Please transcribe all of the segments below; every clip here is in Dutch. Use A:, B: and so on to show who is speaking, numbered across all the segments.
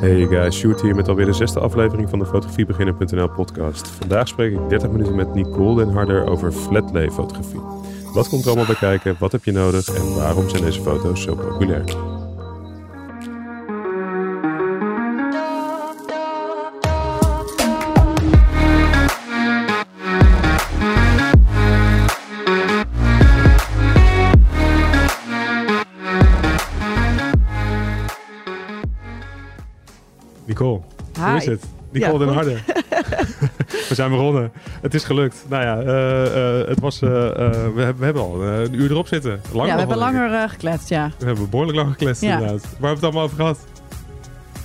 A: Hey guys, Sjoerd hier met alweer de zesde aflevering van de Fotografiebeginner.nl podcast. Vandaag spreek ik 30 minuten met Nicole Den Harder over flatlay fotografie. Wat komt er allemaal bij kijken, wat heb je nodig en waarom zijn deze foto's zo populair? Nicole, hoe is
B: Hi.
A: het? Nicole
B: Ja,
A: Den
B: goed.
A: Harder. we zijn begonnen. Het is gelukt. Nou ja, eh, eh, het was, eh, eh, we, hebben, we hebben al eh, een uur erop zitten. Lang nog
B: ja, we
A: wel
B: hebben
A: een keer.
B: langer eh, gekletst, ja.
A: We hebben behoorlijk lang gekletst
B: Ja.
A: inderdaad. Waar hebben we het allemaal over gehad?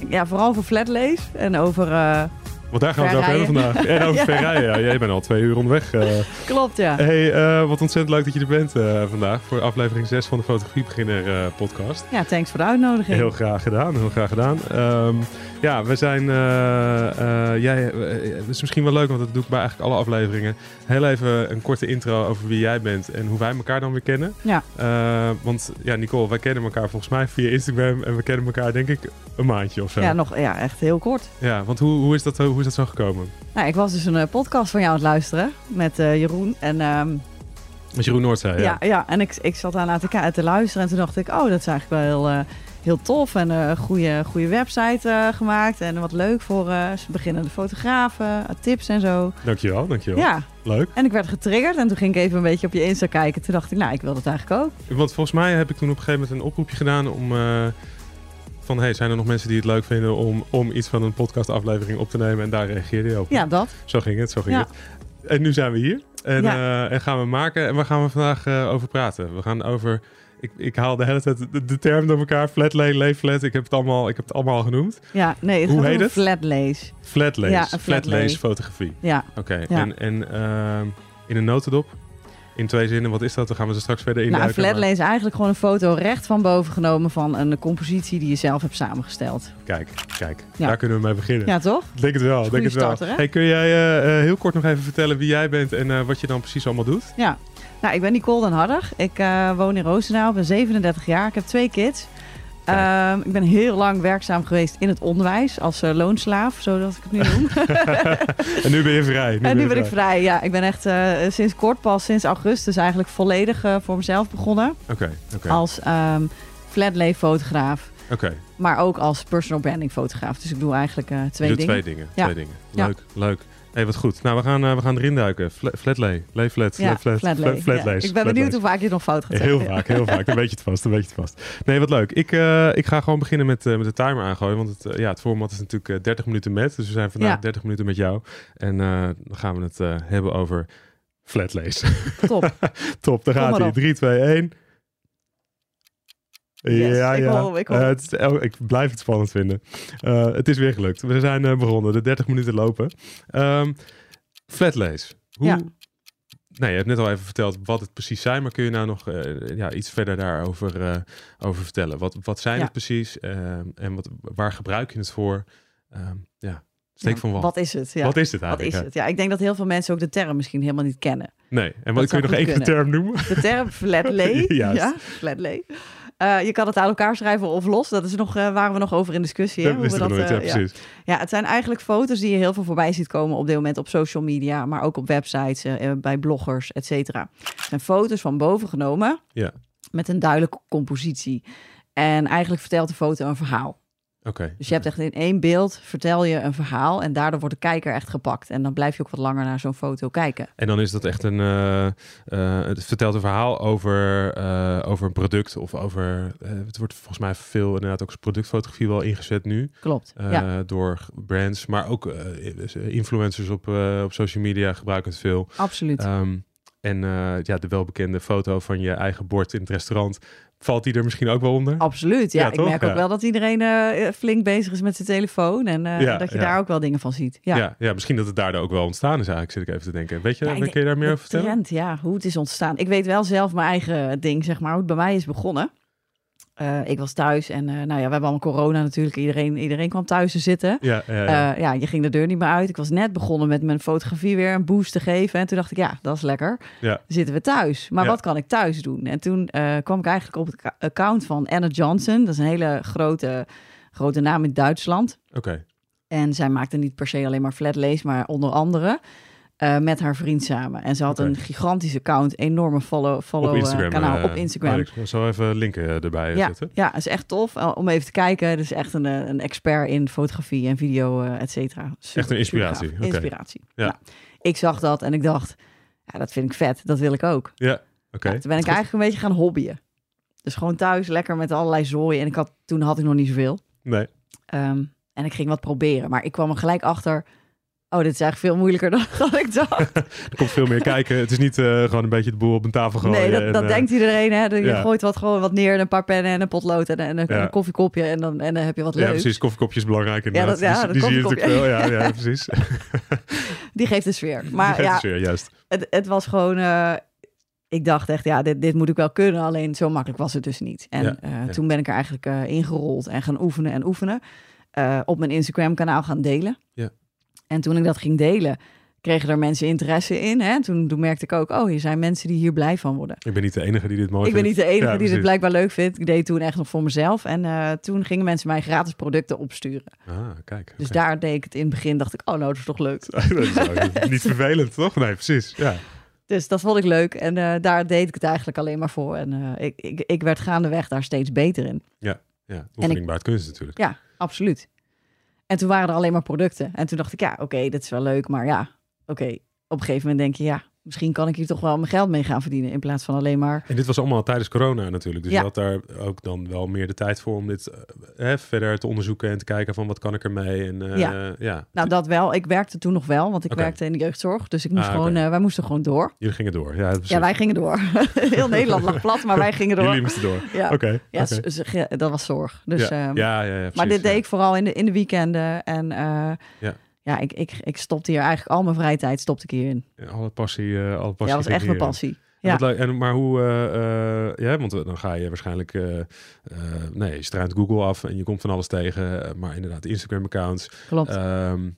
B: Ja, vooral over flatlays en over... eh,
A: Want daar gaan we het over hebben
B: Verrijden.
A: vandaag. En over
B: Ja.
A: verrijden. Ja, jij bent al twee uur onderweg. eh.
B: klopt, ja.
A: hey, eh, wat ontzettend leuk dat je er bent eh, vandaag voor aflevering 6 van de Fotografiebeginner eh, podcast.
B: Ja, thanks voor de uitnodiging.
A: Heel graag gedaan, heel graag gedaan. Ehm, ja, we zijn. eh, eh, jij, eh, het is misschien wel leuk, want dat doe ik bij eigenlijk alle afleveringen. Heel even een korte intro over wie jij bent en hoe wij elkaar dan weer kennen.
B: Ja.
A: Eh, want ja, Nicole, wij kennen elkaar volgens mij via Instagram en we kennen elkaar denk ik een maandje of zo.
B: Ja, nog, ja, echt heel kort.
A: Ja, want hoe, hoe, is dat, hoe is dat zo gekomen?
B: Nou, ik was dus een eh, podcast van jou aan het luisteren met eh, Jeroen. En, ehm,
A: Met Jeroen Noord zei.
B: ja. Ja, en ik, ik zat daar naar te, ki- te luisteren en toen dacht ik... Oh, dat is eigenlijk wel heel, eh, heel tof en een goede, goede website eh, gemaakt. En wat leuk voor eh, beginnende fotografen, eh, tips en zo.
A: Dankjewel, dankjewel.
B: Ja,
A: Leuk.
B: en ik werd getriggerd en toen ging ik even een beetje op je Insta kijken. Toen dacht ik, nou, ik wil dat eigenlijk ook.
A: Want volgens mij heb ik toen op een gegeven moment een oproepje gedaan om... eh, van, hey, zijn er nog mensen die het leuk vinden om, om iets van een podcastaflevering op te nemen? En daar reageerde je op.
B: Ja, dat.
A: Zo ging het, zo ging
B: Ja.
A: het. En nu zijn we hier. En,
B: Ja.
A: eh, en gaan we maken. En waar gaan we vandaag eh, over praten? We gaan over... Ik, ik haal de hele tijd de, de term door elkaar. Flatlay, leefflat. Ik heb het allemaal, ik heb het allemaal al genoemd.
B: Ja, nee, het
A: Hoe
B: gaat
A: heet
B: over
A: het?
B: flatlays.
A: Flatlay.
B: Ja, een
A: flatlay
B: flatlay.
A: fotografie.
B: Ja,
A: Oké.
B: Ja.
A: En, en ehm, in een notendop? In twee zinnen, wat is dat? Dan gaan we ze straks verder
B: nou, een
A: induiken. maar-
B: flatlay is eigenlijk gewoon een foto recht van boven genomen van een compositie die je zelf hebt samengesteld.
A: Kijk, kijk.
B: Ja.
A: Daar kunnen we mee beginnen.
B: Ja, toch?
A: Ik Denk het wel, ik denk het wel.
B: starter, hè?
A: hey, kun jij eh, eh, heel kort nog even vertellen wie jij bent en eh, wat je dan precies allemaal doet?
B: Ja. Nou, ik ben Nicole Den Harder. Ik eh, woon in Roosendaal, ben 37 jaar. Ik heb twee kids.
A: Kijk.
B: Ehm, ik ben heel lang werkzaam geweest in het onderwijs als eh, loonslaaf, zodat ik het nu noem.
A: En nu ben je vrij.
B: en nu ben ik vrij. Ja, ik ben echt eh, sinds kort pas, sinds augustus eigenlijk volledig eh, voor mezelf begonnen
A: Oké, oké,
B: als ehm flatlay fotograaf.
A: oké.
B: Maar ook als personal branding fotograaf. Dus ik doe eigenlijk eh,
A: Je
B: twee
A: doet
B: dingen.
A: twee dingen.
B: Ja.
A: Twee dingen.
B: Ja.
A: Leuk, leuk. hey, wat goed. Nou, we gaan, eh, we gaan erin duiken. Fla- Flatlay, lay flat,
B: Ja,
A: lay flat, flat,
B: flatlay.
A: flatlays,
B: Ja. Ik ben
A: flatlays.
B: benieuwd hoe vaak je het nog fout gaat
A: Heel
B: zeggen.
A: vaak, heel vaak. Dan weet je het vast, dan weet je het vast. Nee, wat leuk. Ik, eh, ik ga gewoon beginnen met, eh, met de timer aangooien. Want het, eh, ja, het format is natuurlijk eh, 30 minuten met. Dus we zijn vandaag
B: Ja.
A: 30 minuten met jou. En eh, dan gaan we het eh, hebben over flatlays.
B: Top.
A: Top, daar
B: Kom
A: gaat
B: maar
A: hij.
B: op.
A: 3, 2, 1.
B: Yes,
A: ja,
B: ik
A: ja.
B: hoor hem, ik hoor
A: Eh,
B: hem.
A: het is el- ik blijf het spannend vinden. Eh, het is weer gelukt. We zijn eh, begonnen. De 30 minuten lopen. Ehm flatlays. Hoe...
B: Ja.
A: Nou, je hebt net al even verteld wat het precies zijn, maar kun je nou nog eh, ja, iets verder daarover eh, over vertellen? Wat, wat zijn
B: Ja.
A: het precies ehm, en wat, waar gebruik je het voor? Ehm, ja, steek
B: Ja,
A: van wat.
B: Wat is het? Ja.
A: Wat is dit
B: Wat
A: eigenlijk?
B: is
A: hè?
B: het? Ja, ik denk dat heel veel mensen ook de term misschien helemaal niet kennen.
A: Nee, en wat, kun
B: zou
A: je nog
B: goed
A: één keer de term noemen?
B: De term flat lay.
A: Juist.
B: ja, flat lay. Eh, je kan het aan elkaar schrijven of los. Dat is nog, eh, waar we nog over in discussie. hè,
A: dat
B: hoe
A: wist
B: we
A: ik nog
B: dat,
A: nooit, ja,
B: eh, ja.
A: precies.
B: Ja, het zijn eigenlijk foto's die je heel veel voorbij ziet komen op dit moment op social media, maar ook op websites, eh, eh, bij bloggers, et cetera. Het zijn foto's van boven genomen
A: Ja.
B: met een duidelijke compositie. En eigenlijk vertelt de foto een verhaal.
A: Oké.
B: Dus je hebt echt in één beeld vertel je een verhaal en daardoor wordt de kijker echt gepakt. En dan blijf je ook wat langer naar zo'n foto kijken.
A: En dan is dat echt een. eh, eh, het vertelt een verhaal over, eh, over een product of over. eh, het wordt volgens mij veel inderdaad ook als productfotografie wel ingezet nu.
B: Klopt.
A: eh,
B: ja,
A: Door brands, maar ook eh, influencers op, eh, op social media gebruiken het veel.
B: absoluut.
A: Ehm, en eh, ja, de welbekende foto van je eigen bord in het restaurant. Valt die er misschien ook wel onder?
B: absoluut. Ja,
A: ja,
B: ik
A: toch?
B: merk
A: Ja.
B: ook wel dat iedereen eh, flink bezig is met zijn telefoon en eh,
A: Ja,
B: dat je
A: ja.
B: daar ook wel dingen van ziet. Ja.
A: ja. Ja, misschien dat het daardoor ook wel ontstaan is eigenlijk, zit ik even te denken. Weet je,
B: Ja, ik
A: kun je daar meer
B: De
A: over vertellen?
B: Trend, ja, hoe het is ontstaan. Ik weet wel zelf mijn eigen ding, zeg maar, hoe het bij mij is begonnen. Eh, ik was thuis en eh, nou ja, we hebben allemaal corona natuurlijk. Iedereen, iedereen kwam thuis te zitten.
A: Ja, ja, ja.
B: Eh, ja, je ging de deur niet meer uit. Ik was net begonnen met mijn fotografie weer een boost te geven. En toen dacht ik, ja, dat is lekker.
A: Ja.
B: Zitten we thuis. Maar
A: Ja.
B: wat kan ik thuis doen? En toen eh, kwam ik eigenlijk op het ka- account van Anna Johnson. Dat is een hele grote grote naam in Duitsland.
A: Oké.
B: En zij maakte niet per se alleen maar flatlays, maar onder andere eh, met haar vriend samen. En ze had
A: Oké.
B: een gigantische account, enorme follow, follow
A: op
B: eh,
A: Instagram.
B: kanaal
A: eh,
B: op Instagram.
A: Alex, ik zal even linken eh, erbij eh, zetten.
B: Ja, is echt tof eh, om even te kijken. Dus echt een, eh, een expert in fotografie en video, eh, et cetera. Super,
A: Echt een inspiratie,
B: super gaaf.
A: oké.
B: Inspiratie.
A: Ja.
B: Nou, ik zag dat en ik dacht, ja, dat vind ik vet. Dat wil ik ook.
A: Ja, oké.
B: Ja, toen ben ik eigenlijk een beetje gaan hobbyen. Dus gewoon thuis lekker met allerlei zooi. En ik had, toen had ik nog niet zoveel.
A: Nee.
B: Ehm, en ik ging wat proberen. Maar ik kwam er gelijk achter. Oh, dit is eigenlijk veel moeilijker dan, dan ik dacht.
A: Er komt veel meer kijken. Het is niet eh, gewoon een beetje de boel op een tafel gooien.
B: Nee,
A: en,
B: dat, dat
A: eh,
B: denkt iedereen. Hè? Je
A: ja.
B: gooit wat, gewoon wat neer. En een paar pennen en een potlood en, een- en een,
A: Ja.
B: een koffiekopje. En dan, en dan heb je wat
A: Ja,
B: leuks.
A: precies. Koffiekopje is belangrijk inderdaad.
B: dat- ja,
A: die
B: dat
A: die zie je natuurlijk
B: koffiekopje.
A: wel. Ja, ja, precies.
B: Die geeft de sfeer. Maar
A: ja.
B: ja,
A: Weer, juist.
B: het, het was gewoon... eh, ik dacht echt, ja, dit, dit moet ik wel kunnen. Alleen zo makkelijk was het dus niet. En
A: Ja,
B: eh,
A: ja.
B: toen ben ik er eigenlijk eh, ingerold en gaan oefenen en oefenen. Eh, op mijn Instagram-kanaal gaan delen.
A: Ja.
B: En toen ik dat ging delen, kregen er mensen interesse in. Hè? Toen, toen merkte ik ook, oh, hier zijn mensen die hier blij van worden.
A: Ik ben niet de enige die Oh, dit mooi
B: Ik ben
A: vindt.
B: niet de enige die dit
A: precies.
B: blijkbaar leuk vindt. Ik deed toen echt nog voor mezelf. En eh, toen gingen mensen mij gratis producten opsturen.
A: Ah, kijk.
B: Dus
A: oké.
B: daar deed ik het in het begin. Dacht ik, oh, nou, dat is toch leuk.
A: dat is ook niet vervelend, toch? Nee, precies. Ja.
B: Dus dat vond ik leuk. En eh, daar deed ik het eigenlijk alleen maar voor. En eh, ik, ik, ik werd gaandeweg daar steeds beter in.
A: Ja, oefening baart kunst natuurlijk.
B: Ja, absoluut. En toen waren er alleen maar producten. En toen dacht ik, ja, oké, dit is wel leuk. Maar ja, oké. Op een gegeven moment denk je, ja, misschien kan ik hier toch wel mijn geld mee gaan verdienen. In plaats van alleen maar.
A: En dit was allemaal tijdens corona natuurlijk. Dus
B: Ja.
A: je had daar ook dan wel meer de tijd voor om dit eh, hè, verder te onderzoeken en te kijken van wat kan ik ermee. En, eh, ja.
B: Ja. Nou, dat wel. Ik werkte toen nog wel, want ik
A: Oké.
B: werkte in de jeugdzorg. Dus ik moest
A: Ah,
B: gewoon,
A: oké.
B: eh, wij moesten gewoon door.
A: Jullie gingen door. Ja, precies.
B: Ja, wij gingen door. Heel Nederland lag plat, maar wij gingen door.
A: Jullie moesten door.
B: Ja,
A: Oké.
B: ja
A: oké.
B: z- z- ge- dat was zorg. Dus,
A: ja.
B: ehm,
A: ja, ja, ja,
B: maar
A: precies,
B: dit deed
A: ja.
B: ik vooral in de, in de weekenden. En eh,
A: Ja.
B: ja, ik, ik, ik stopte hier eigenlijk al mijn vrije tijd stopte ik hierin.
A: Alle passie, eh, alle
B: Ja,
A: passie.
B: dat was
A: ging
B: echt mijn
A: hierin.
B: passie.
A: En
B: Ja.
A: wat leuk- en, maar hoe, eh, eh, ja, want dan ga je waarschijnlijk, eh, eh, nee, je struint Google af en je komt van alles tegen. eh, Maar inderdaad, Instagram-accounts,
B: Klopt.
A: Ehm,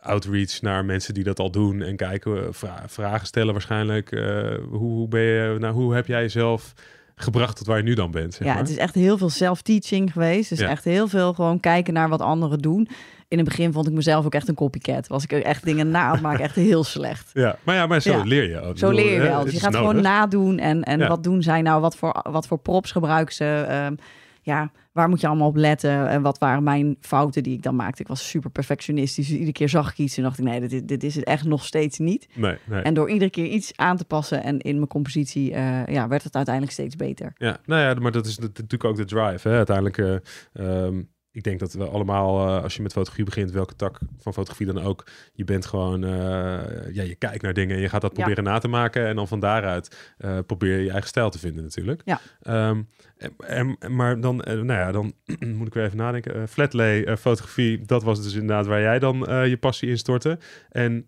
A: outreach naar mensen die dat al doen en kijken, eh, vra- vragen stellen waarschijnlijk. Eh, hoe, hoe, ben je, nou, hoe heb jij jezelf gebracht tot waar je nu dan bent? Zeg
B: ja,
A: maar?
B: het is echt heel veel self-teaching geweest. Dus
A: Ja.
B: echt heel veel gewoon kijken naar wat anderen doen. In het begin vond ik mezelf ook echt een copycat. Was ik echt dingen na aan het maken, echt heel slecht.
A: ja, maar ja, maar zo
B: Ja.
A: leer je. ook. Ik
B: Zo
A: bedoel,
B: leer je
A: hè,
B: wel.
A: het
B: Dus je
A: is
B: gaat
A: nodig.
B: gewoon nadoen. En, en
A: Ja.
B: wat doen zij nou? Wat voor, wat voor props gebruiken ze? Ehm, ja, waar moet je allemaal op letten? En wat waren mijn fouten die ik dan maakte? Ik was super perfectionistisch. Dus iedere keer zag ik iets en dacht ik... nee, dit, dit is het echt nog steeds niet.
A: Nee, nee.
B: En door iedere keer iets aan te passen en in mijn compositie... eh, ja, werd het uiteindelijk steeds beter.
A: Ja, nou ja, maar dat is nat- natuurlijk ook de drive. Hè? Uiteindelijk, eh, ehm, ik denk dat we allemaal, eh, als je met fotografie begint, welke tak van fotografie dan ook, je bent gewoon, eh, ja, je kijkt naar dingen en je gaat dat
B: Ja.
A: proberen na te maken. En dan van daaruit eh, probeer je je eigen stijl te vinden natuurlijk.
B: Ja.
A: Ehm, en- en, en- maar dan, eh, nou ja, dan moet ik weer even nadenken. Eh, flatlay, eh, fotografie, dat was dus inderdaad waar jij dan eh, je passie in stortte. En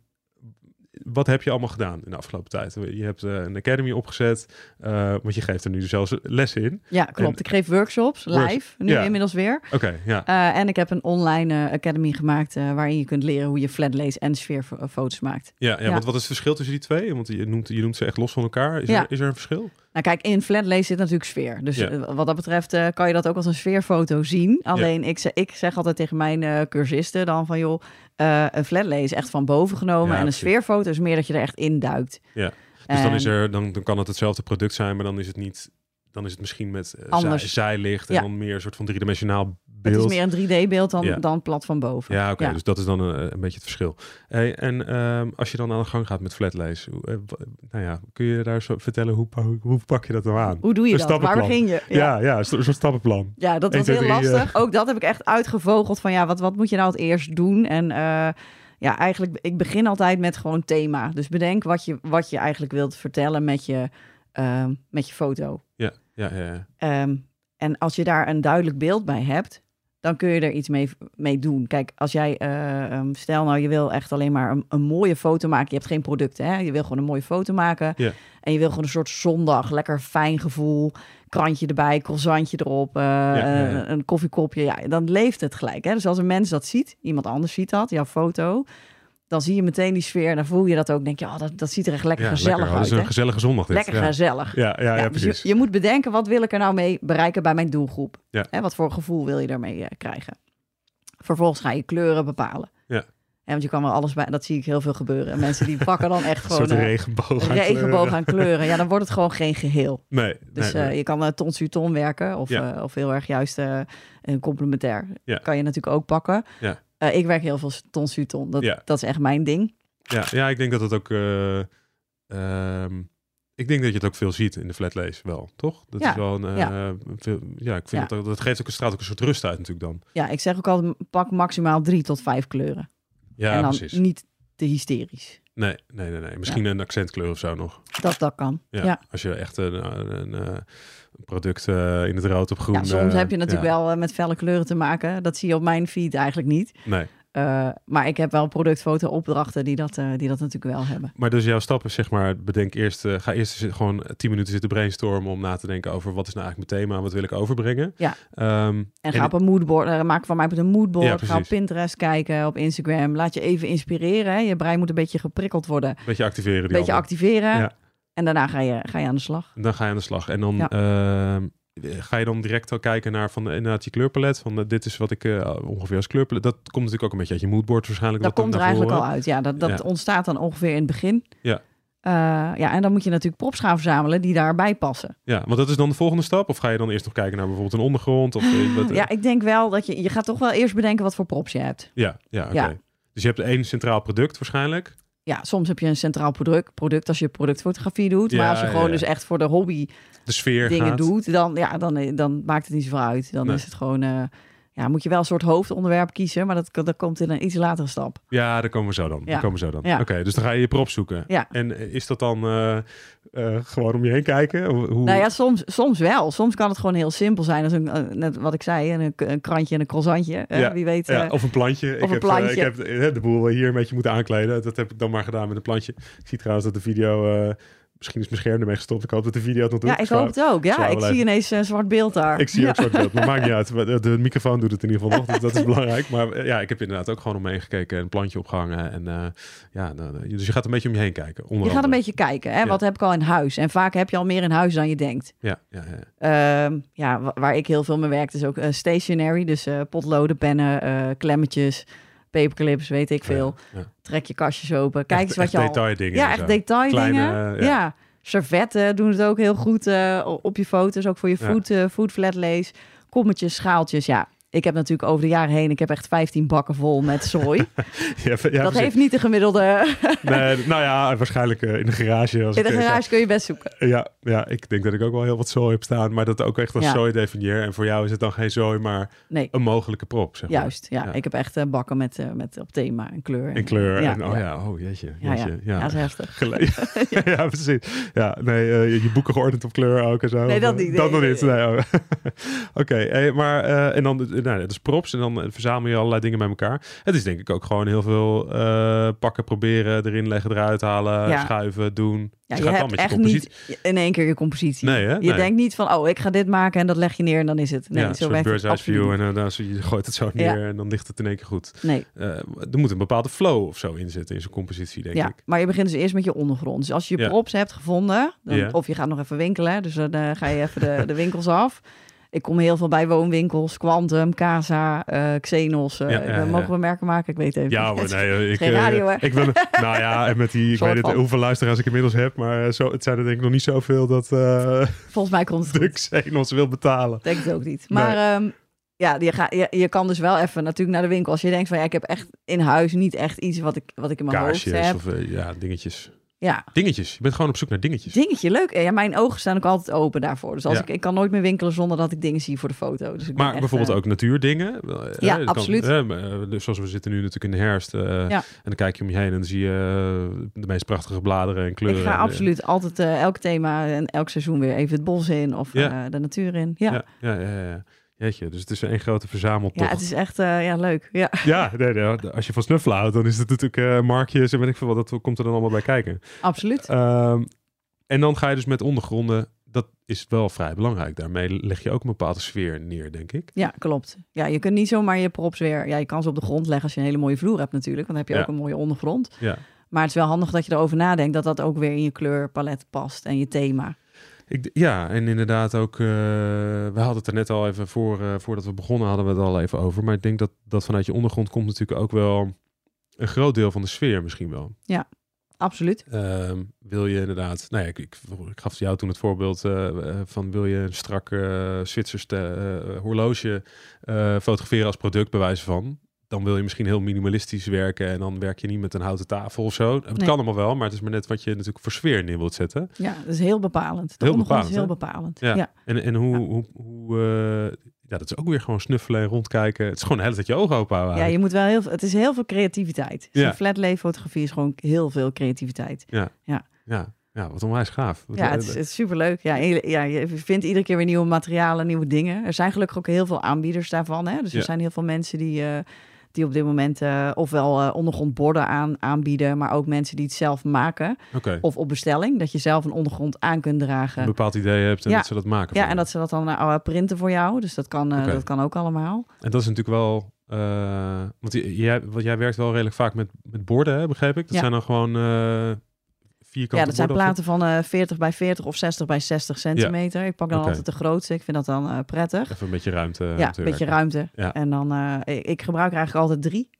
A: wat heb je allemaal gedaan in de afgelopen tijd? Je hebt eh, een academy opgezet, eh, want je geeft er nu zelfs lessen in.
B: Ja, klopt.
A: En-
B: ik geef workshops live,
A: Workshops.
B: nu
A: Ja.
B: inmiddels weer.
A: Oké, ja.
B: Eh, en ik heb een online eh, academy gemaakt... eh, waarin je kunt leren hoe je flatlays en sfeerfoto's maakt.
A: Ja, ja,
B: Ja.
A: want wat is het verschil tussen die twee? Want je noemt, je noemt ze echt los van elkaar. Is,
B: Ja.
A: er, is er een verschil?
B: Nou kijk, in flatlays zit natuurlijk sfeer. Dus
A: Ja.
B: eh, wat dat betreft eh, kan je dat ook als een sfeerfoto zien. Alleen ik, ze- ik zeg altijd tegen mijn eh, cursisten dan van... joh, eh, een flatlay is echt van boven genomen...
A: Ja,
B: en een
A: precies.
B: sfeerfoto is meer dat je er echt in duikt.
A: Ja. Dus dan,
B: En-
A: is er, dan, dan kan het hetzelfde product zijn, maar dan is het niet... Dan is het misschien met eh,
B: Anders.
A: zij, zijlicht en
B: Ja.
A: dan meer een soort van driedimensionaal beeld.
B: Het is meer een 3D-beeld dan,
A: Ja.
B: dan plat van boven.
A: Ja, oké.
B: Ja.
A: Dus dat is dan een, een beetje het verschil. Hey, en ehm, als je dan aan de gang gaat met flatlays, hoe- eh, wa- nou ja, kun je daar zo vertellen hoe, pa- hoe, hoe pak je dat nou aan?
B: Hoe doe je
A: Een
B: dat? Waar
A: stappenplan.
B: begin je?
A: Ja, ja, zo- zo'n stappenplan.
B: Ja, dat
A: Eén,
B: was
A: twee,
B: heel
A: drie, eh.
B: lastig. Ook dat heb ik echt uitgevogeld van ja, wat, wat moet je nou het eerst doen? En eh, ja, eigenlijk, ik begin altijd met gewoon thema. Dus bedenk wat je, wat je eigenlijk wilt vertellen met je, ehm, met je foto.
A: Ja, ja, ja. ja.
B: Ehm, en als je daar een duidelijk beeld bij hebt, dan kun je er iets mee, mee doen. Kijk, als jij, eh, ehm, stel nou, je wil echt alleen maar een, een mooie foto maken. Je hebt geen producten, hè? Je wil gewoon een mooie foto maken.
A: Ja.
B: En je wil gewoon een soort zondag, lekker fijn gevoel. Krantje erbij, croissantje erop, eh,
A: ja, ja.
B: een- een koffiekopje. Ja, dan leeft het gelijk. Hè? Dus als een mens dat ziet, iemand anders ziet dat, jouw foto... dan zie je meteen die sfeer en dan voel je dat ook. denk je, oh, dat, dat ziet er echt lekker
A: ja,
B: gezellig
A: lekker. Oh,
B: uit.
A: Dat is een
B: hè?
A: gezellige zondag dit.
B: Lekker
A: ja.
B: gezellig.
A: Ja, ja, ja,
B: Ja, dus
A: precies.
B: je, je moet bedenken, wat wil ik er nou mee bereiken bij mijn doelgroep?
A: Ja.
B: Hè, wat voor gevoel wil je daarmee eh, krijgen? Vervolgens ga je kleuren bepalen.
A: Ja.
B: Hè, want je kan er alles bij, dat zie ik heel veel gebeuren. En mensen die pakken dan echt
A: Een
B: gewoon
A: soort
B: eh,
A: regenboog. aan
B: een regenboog
A: kleuren.
B: aan kleuren. Ja, dan wordt het gewoon geen geheel.
A: Nee,
B: Dus
A: nee,
B: eh,
A: nee.
B: je kan eh ton sur ton werken of,
A: Ja.
B: eh, of heel erg juist eh, een complementair.
A: Ja.
B: Kan je natuurlijk ook pakken.
A: Ja.
B: Eh, ik werk heel veel ton sur ton. Dat,
A: Ja.
B: dat is echt mijn ding.
A: ja, ja, ik denk dat het ook... eh, ehm, ik denk dat je het ook veel ziet in de flatlees wel, toch? Dat
B: Ja,
A: is wel een... eh, veel- ja, ik vind
B: Ja.
A: Dat, ook- dat geeft ook, straalt ook een soort rust uit natuurlijk dan.
B: Ja, ik zeg ook altijd, pak maximaal drie tot vijf kleuren.
A: Ja,
B: en dan
A: precies.
B: niet te hysterisch.
A: Nee, nee, nee, nee. Misschien een accentkleur of zo nog.
B: Dat dat kan.
A: Ja,
B: Ja.
A: Als je echt een, een, een, eh, product eh, in het rood op groen...
B: Ja, soms
A: eh,
B: heb je natuurlijk
A: ja.
B: wel eh, met felle kleuren te maken. Dat zie je op mijn feed eigenlijk niet.
A: Nee.
B: Eh, maar ik heb wel productfoto-opdrachten die dat, eh, die dat natuurlijk wel hebben.
A: Maar dus jouw stap is zeg maar, bedenk eerst, eh, ga eerst eens gewoon 10 minuten zitten brainstormen om na te denken over wat is nou eigenlijk mijn thema, en wat wil ik overbrengen.
B: Ja.
A: Ehm,
B: En
A: En-
B: ga op een moodboard, eh, maak van mij op een moodboard.
A: Ja,
B: ga op
A: precies.
B: Pinterest kijken, op Instagram. Laat je even inspireren. Hè. Je brein moet een beetje geprikkeld worden. Een
A: een beetje activeren die
B: beetje
A: handen.
B: activeren.
A: Ja.
B: En daarna ga je, ga je aan de slag.
A: En Dan ga je aan de slag. En dan
B: Ja.
A: ehm, ga je dan direct al kijken naar van eh, inderdaad je kleurpalet. Van eh, dit is wat ik eh, ongeveer als kleurpalet. Dat komt natuurlijk ook een beetje uit je moodboard waarschijnlijk.
B: Dat
A: wat
B: komt er
A: naar
B: eigenlijk
A: voren.
B: al uit. Ja, dat, dat
A: Ja.
B: ontstaat dan ongeveer in het begin.
A: Ja.
B: Eh, ja, en dan moet je natuurlijk props gaan verzamelen die daarbij passen.
A: Ja, want dat is dan de volgende stap. Of ga je dan eerst nog kijken naar bijvoorbeeld een ondergrond? Of, eh, wat, eh,
B: Ja, ik denk wel dat je... Je gaat toch wel eerst bedenken wat voor props je hebt.
A: ja, ja, oké.
B: Ja.
A: Dus je hebt één centraal product waarschijnlijk.
B: Ja, soms heb je een centraal product, product als je productfotografie doet.
A: Ja,
B: maar als je
A: ja,
B: gewoon
A: ja.
B: dus echt voor de hobby
A: De sfeer
B: dingen
A: gaat.
B: doet, dan, ja, dan, eh, dan maakt het niet zoveel uit. Dan
A: Nee.
B: is het gewoon... eh, ja, moet je wel een soort hoofdonderwerp kiezen, maar dat, dat komt in een iets latere stap.
A: Ja, daar komen we zo dan.
B: Ja.
A: Daar komen we zo dan.
B: Ja.
A: Oké, dus dan ga je je prop zoeken.
B: Ja.
A: En eh, is dat dan eh, eh, gewoon om je heen kijken? Hoe- Hoe...
B: Nou ja, soms, soms wel. Soms kan het gewoon heel simpel zijn. Als een, eh, net wat ik zei, een, een krantje en een croissantje. hè,
A: Ja,
B: Wie weet...
A: Ja, oh,
B: eh,
A: of een plantje. ik
B: een
A: heb, eh,
B: plantje.
A: ik heb eh, de boel hier een beetje moeten aankleden. Dat heb ik dan maar gedaan met een plantje. Ik zie trouwens dat de video... eh, misschien is mijn scherm ermee gestopt. Ik hoop dat de video het nog doet.
B: ja, ik
A: zou-
B: hoop het ook. Ja,
A: zou
B: ik
A: wel
B: zie
A: even-
B: ineens een zwart beeld daar.
A: Ik zie
B: Ja.
A: ook zo'n beeld, maar maakt niet uit. Maar De, de microfoon doet het in ieder geval nog, dus dat is belangrijk. Maar eh, ja, ik heb inderdaad ook gewoon omheen gekeken en een plantje opgehangen. En, eh, ja, nou, eh, dus je gaat een beetje om je heen kijken. Onder
B: Je gaat een
A: andere.
B: beetje kijken, hè?
A: Ja.
B: wat heb ik al in huis? En vaak heb je al meer in huis dan je denkt.
A: Ja, ja, ja.
B: Ehm, ja, wa- waar ik heel veel mee werk, is ook eh, stationery. Dus eh, potloden, pennen, eh, klemmetjes, paperclips, weet ik veel.
A: Ja, ja.
B: Trek je kastjes open. Kijk
A: Echt-
B: eens wat
A: echt
B: je al...
A: detaildingen
B: ja,
A: en
B: echt
A: zo.
B: detaildingen.
A: Kleine,
B: ja.
A: eh,
B: servetten doen het ook heel goed eh, o- op je foto's. Ook voor je
A: Ja.
B: food, eh, food flatlays. Kommetjes, schaaltjes, ja. Ik heb natuurlijk over de jaren heen, ik heb echt 15 bakken vol met zooi.
A: Ja, ja,
B: dat
A: precies.
B: heeft niet de gemiddelde.
A: Nee, nou ja, waarschijnlijk eh, in de garage. Als
B: In de
A: ik, eh,
B: garage kun je best zoeken.
A: Ja, ja, ik denk dat ik ook wel heel wat zooi heb staan, maar dat ook echt als
B: Ja.
A: zooi definieer. En voor jou is het dan geen zooi, maar
B: Nee.
A: een mogelijke prop, zeg maar.
B: Juist, ja.
A: Ja.
B: Ik heb echt eh, bakken met, eh, met op thema en kleur.
A: In kleur.
B: Ja,
A: en, oh ja. oh jeetje.
B: Ja, ja.
A: jeetje
B: Ja, dat is heftig.
A: Gele- ja. precies. Ja, nee, eh, je- je boeken geordend op kleur ook en zo.
B: Nee, dat
A: Of,
B: niet,
A: eh, Dat nog
B: nee, nee,
A: niet.
B: nee.
A: nee, oh. Oké, eh, maar eh, en dan, eh, nou, dat is props en dan eh, verzamel je allerlei dingen bij elkaar. Het is denk ik ook gewoon heel veel eh, pakken, proberen, erin leggen, eruit halen,
B: Ja.
A: schuiven, doen.
B: Ja,
A: Dus
B: je
A: gaat
B: hebt echt
A: compositie-
B: niet in één keer je compositie.
A: Nee, hè?
B: je
A: Nee.
B: denkt niet van, oh, ik ga dit maken en dat leg je neer en dan is het. Nee,
A: ja, een
B: zo
A: soort
B: werkt
A: bird's
B: het
A: eye
B: absoluut
A: view
B: niet.
A: en eh, dan zie je je gooit het zo neer en dan ligt het in één keer goed.
B: Nee,
A: Eh, er moet een bepaalde flow of zo in zitten in zo'n compositie, denk
B: ja.
A: ik.
B: Maar je begint dus eerst met je ondergrond. Dus als je je
A: Ja.
B: props hebt gevonden, dan,
A: Ja.
B: of je gaat nog even winkelen, hè, dus dan eh, ga je even de, de winkels af. Ik kom heel veel bij woonwinkels, Quantum, Casa, eh, Xenos. eh,
A: Ja, ja, ja.
B: Mogen we merken maken? Ik weet even
A: Ja
B: niet.
A: hoor, nee, eh, ik,
B: geen
A: eh,
B: radio, hè?
A: ik wil, nou ja, en met die, ik
B: Soort
A: weet niet
B: van.
A: hoeveel luisteraars ik inmiddels heb, maar eh, zo, het zijn er denk ik nog niet zoveel dat eh
B: Volgens mij komt het
A: de
B: goed.
A: Xenos wil betalen.
B: Denk het ook niet.
A: Nee.
B: Maar ehm, ja, je, ga, je, je kan dus wel even natuurlijk naar de winkel. Als je denkt van ja, ik heb echt in huis niet echt iets wat ik, wat ik in mijn hoofd
A: Kaarsjes
B: heb.
A: of eh, ja, dingetjes.
B: Ja,
A: Dingetjes, je bent gewoon op zoek naar dingetjes.
B: dingetje, leuk. Ja, mijn ogen staan ook altijd open daarvoor. Dus als
A: Ja.
B: ik, ik kan nooit meer winkelen zonder dat ik dingen zie voor de foto. Dus ik ben
A: Maar
B: echt,
A: bijvoorbeeld
B: eh,
A: ook natuurdingen. Wel, eh,
B: Ja,
A: het
B: absoluut.
A: eh, eh, dus zoals we zitten nu natuurlijk in de herfst. eh, En dan kijk je om je heen en dan zie je eh, de meest prachtige bladeren en kleuren.
B: Ik ga
A: en, eh,
B: absoluut altijd eh, elk thema en elk seizoen weer even het bos in of
A: Ja.
B: eh, de natuur in. Ja, ja.
A: Ja, ja, ja. ja, ja. Jeetje, dus het is een grote verzameltocht.
B: het is echt eh, ja, leuk. Ja.
A: Ja, nee, nee, als je van snuffelen houdt, dan is het natuurlijk eh, markjes en weet ik veel wat. Dat komt er dan allemaal bij kijken.
B: Absoluut.
A: Ehm, en dan ga je dus met ondergronden dat is wel vrij belangrijk. Daarmee leg je ook een bepaalde sfeer neer, denk ik.
B: Ja, klopt. Ja, je kunt niet zomaar je props weer... Ja, je kan ze op de grond leggen als je een hele mooie vloer hebt natuurlijk. Want dan heb je
A: Ja.
B: ook een mooie ondergrond.
A: Ja.
B: Maar het is wel handig dat je erover nadenkt dat dat ook weer in je kleurpalet past en je thema.
A: Ik, d- ja, en inderdaad ook, eh, we hadden het er net al even voor, eh, voordat we begonnen, hadden we het al even over. Maar ik denk dat, dat vanuit je ondergrond komt natuurlijk ook wel een groot deel van de sfeer misschien wel.
B: Absoluut.
A: Ehm, wil je inderdaad, nou ja, ik, ik, ik gaf jou toen het voorbeeld eh, eh, van wil je een strak eh Zwitsers te- eh, horloge eh, fotograferen als product bij wijze van. Dan wil je misschien heel minimalistisch werken en dan werk je niet met een houten tafel of zo. Het
B: Nee.
A: kan allemaal wel, maar het is maar net wat je natuurlijk voor sfeer neer wilt zetten.
B: Ja, dat is heel bepalend. De
A: Heel
B: ondergrond is heel
A: bepalend,
B: bepalend.
A: Ja.
B: Ja.
A: En, en hoe, hoe, hoe eh, ja, dat is ook weer gewoon snuffelen en rondkijken. Het is gewoon de hele tijd je ogen open houden.
B: Ja, je moet wel heel veel, het is heel veel creativiteit.
A: Ja.
B: Ja. Flatleef fotografie is gewoon heel veel creativiteit.
A: eigenlijk. ja. ja, wat onwijs gaaf. Wat-
B: Ja, het is, het is superleuk. Ja, en je- ja, je vindt iedere keer weer nieuwe materialen, nieuwe dingen. Er zijn gelukkig ook heel veel aanbieders daarvan. Hè? Dus er
A: Ja.
B: zijn heel veel mensen die, eh, die op dit moment eh, ofwel eh, ondergrondborden aan, aanbieden, maar ook mensen die het zelf maken.
A: Oké,
B: Of op bestelling, dat je zelf een ondergrond aan kunt
A: een
B: dragen.
A: bepaald idee hebt en
B: Ja.
A: dat ze dat maken.
B: Ja,
A: voor
B: en
A: je.
B: dat ze dat dan eh, printen voor jou. Dus dat kan, eh,
A: Oké.
B: dat kan ook allemaal.
A: En dat is natuurlijk wel. eh, want j- jij, want jij werkt wel redelijk vaak met, met borden, hè, begreep ik? Dat
B: Ja.
A: zijn dan gewoon eh, vierkante
B: ja, dat zijn
A: borden of
B: platen van eh 40 bij 40 of 60 bij 60 centimeter. Ik pak dan
A: Oké.
B: altijd de grootste. Ik vind dat dan eh, prettig.
A: zo? Even een beetje ruimte. om
B: ja,
A: te
B: een beetje
A: werken.
B: ruimte.
A: Ja.
B: En dan, eh, ik ik gebruik er eigenlijk altijd drie.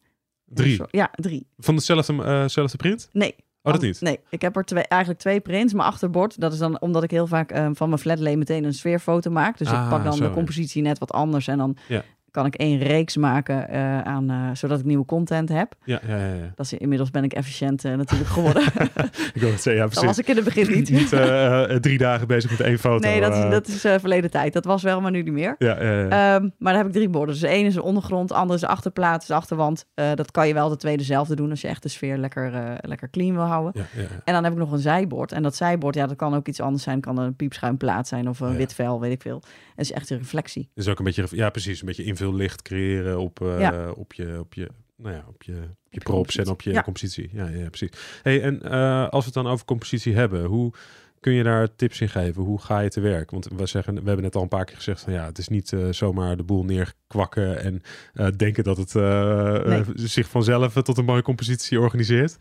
A: Drie.
B: Ja, drie.
A: Van dezelfde, eh, zelfde print?
B: Nee,
A: Oh, dat
B: Al-
A: niet.
B: Nee, ik heb er twee, eigenlijk twee prints. Mijn achterbord, dat is dan omdat ik heel vaak eh, van mijn flatlay meteen een sfeerfoto maak. Dus
A: Ah,
B: ik pak dan
A: zo, ja.
B: de compositie net wat anders. En dan
A: Ja.
B: kan ik één reeks maken, eh, aan, eh, zodat ik nieuwe content heb.
A: Ja, ja, ja, ja.
B: Dat is, inmiddels ben ik efficiënt eh, natuurlijk geworden.
A: Ik wil het zeggen, ja,
B: dat
A: precies.
B: was ik in het begin niet.
A: Niet eh, eh, drie dagen bezig met één foto.
B: nee, dat is,
A: eh.
B: dat is eh, verleden tijd. Dat was wel, maar nu niet meer.
A: Ja, ja, ja.
B: Ehm, maar dan heb ik drie borden. Dus de ene is de ondergrond, de andere is de achterplaat, is de achterwand. Eh, dat kan je wel de tweede zelfde doen als je echt de sfeer lekker, eh, lekker clean wil houden.
A: ja, ja, ja.
B: En dan heb ik nog een zijbord. En dat zijbord, ja, dat kan ook iets anders zijn. Kan een piepschuimplaat zijn of een
A: Ja.
B: wit vel, weet ik veel. Het is echt een reflectie.
A: Dus ook een beetje, ja, precies, een beetje invullicht creëren op, eh,
B: Ja.
A: op je, op je, nou ja, op je, op je
B: je
A: props en op je
B: compositie.
A: compositie.
B: Ja.
A: Ja, ja, precies. Hey, en eh, als we het dan over compositie hebben, hoe kun je daar tips in geven? Hoe ga je te werk? Want we zeggen, we hebben net al een paar keer gezegd van ja, het is niet eh, zomaar de boel neerkwakken en eh, denken dat het eh,
B: Nee.
A: eh, zich vanzelf eh, tot een mooie compositie organiseert.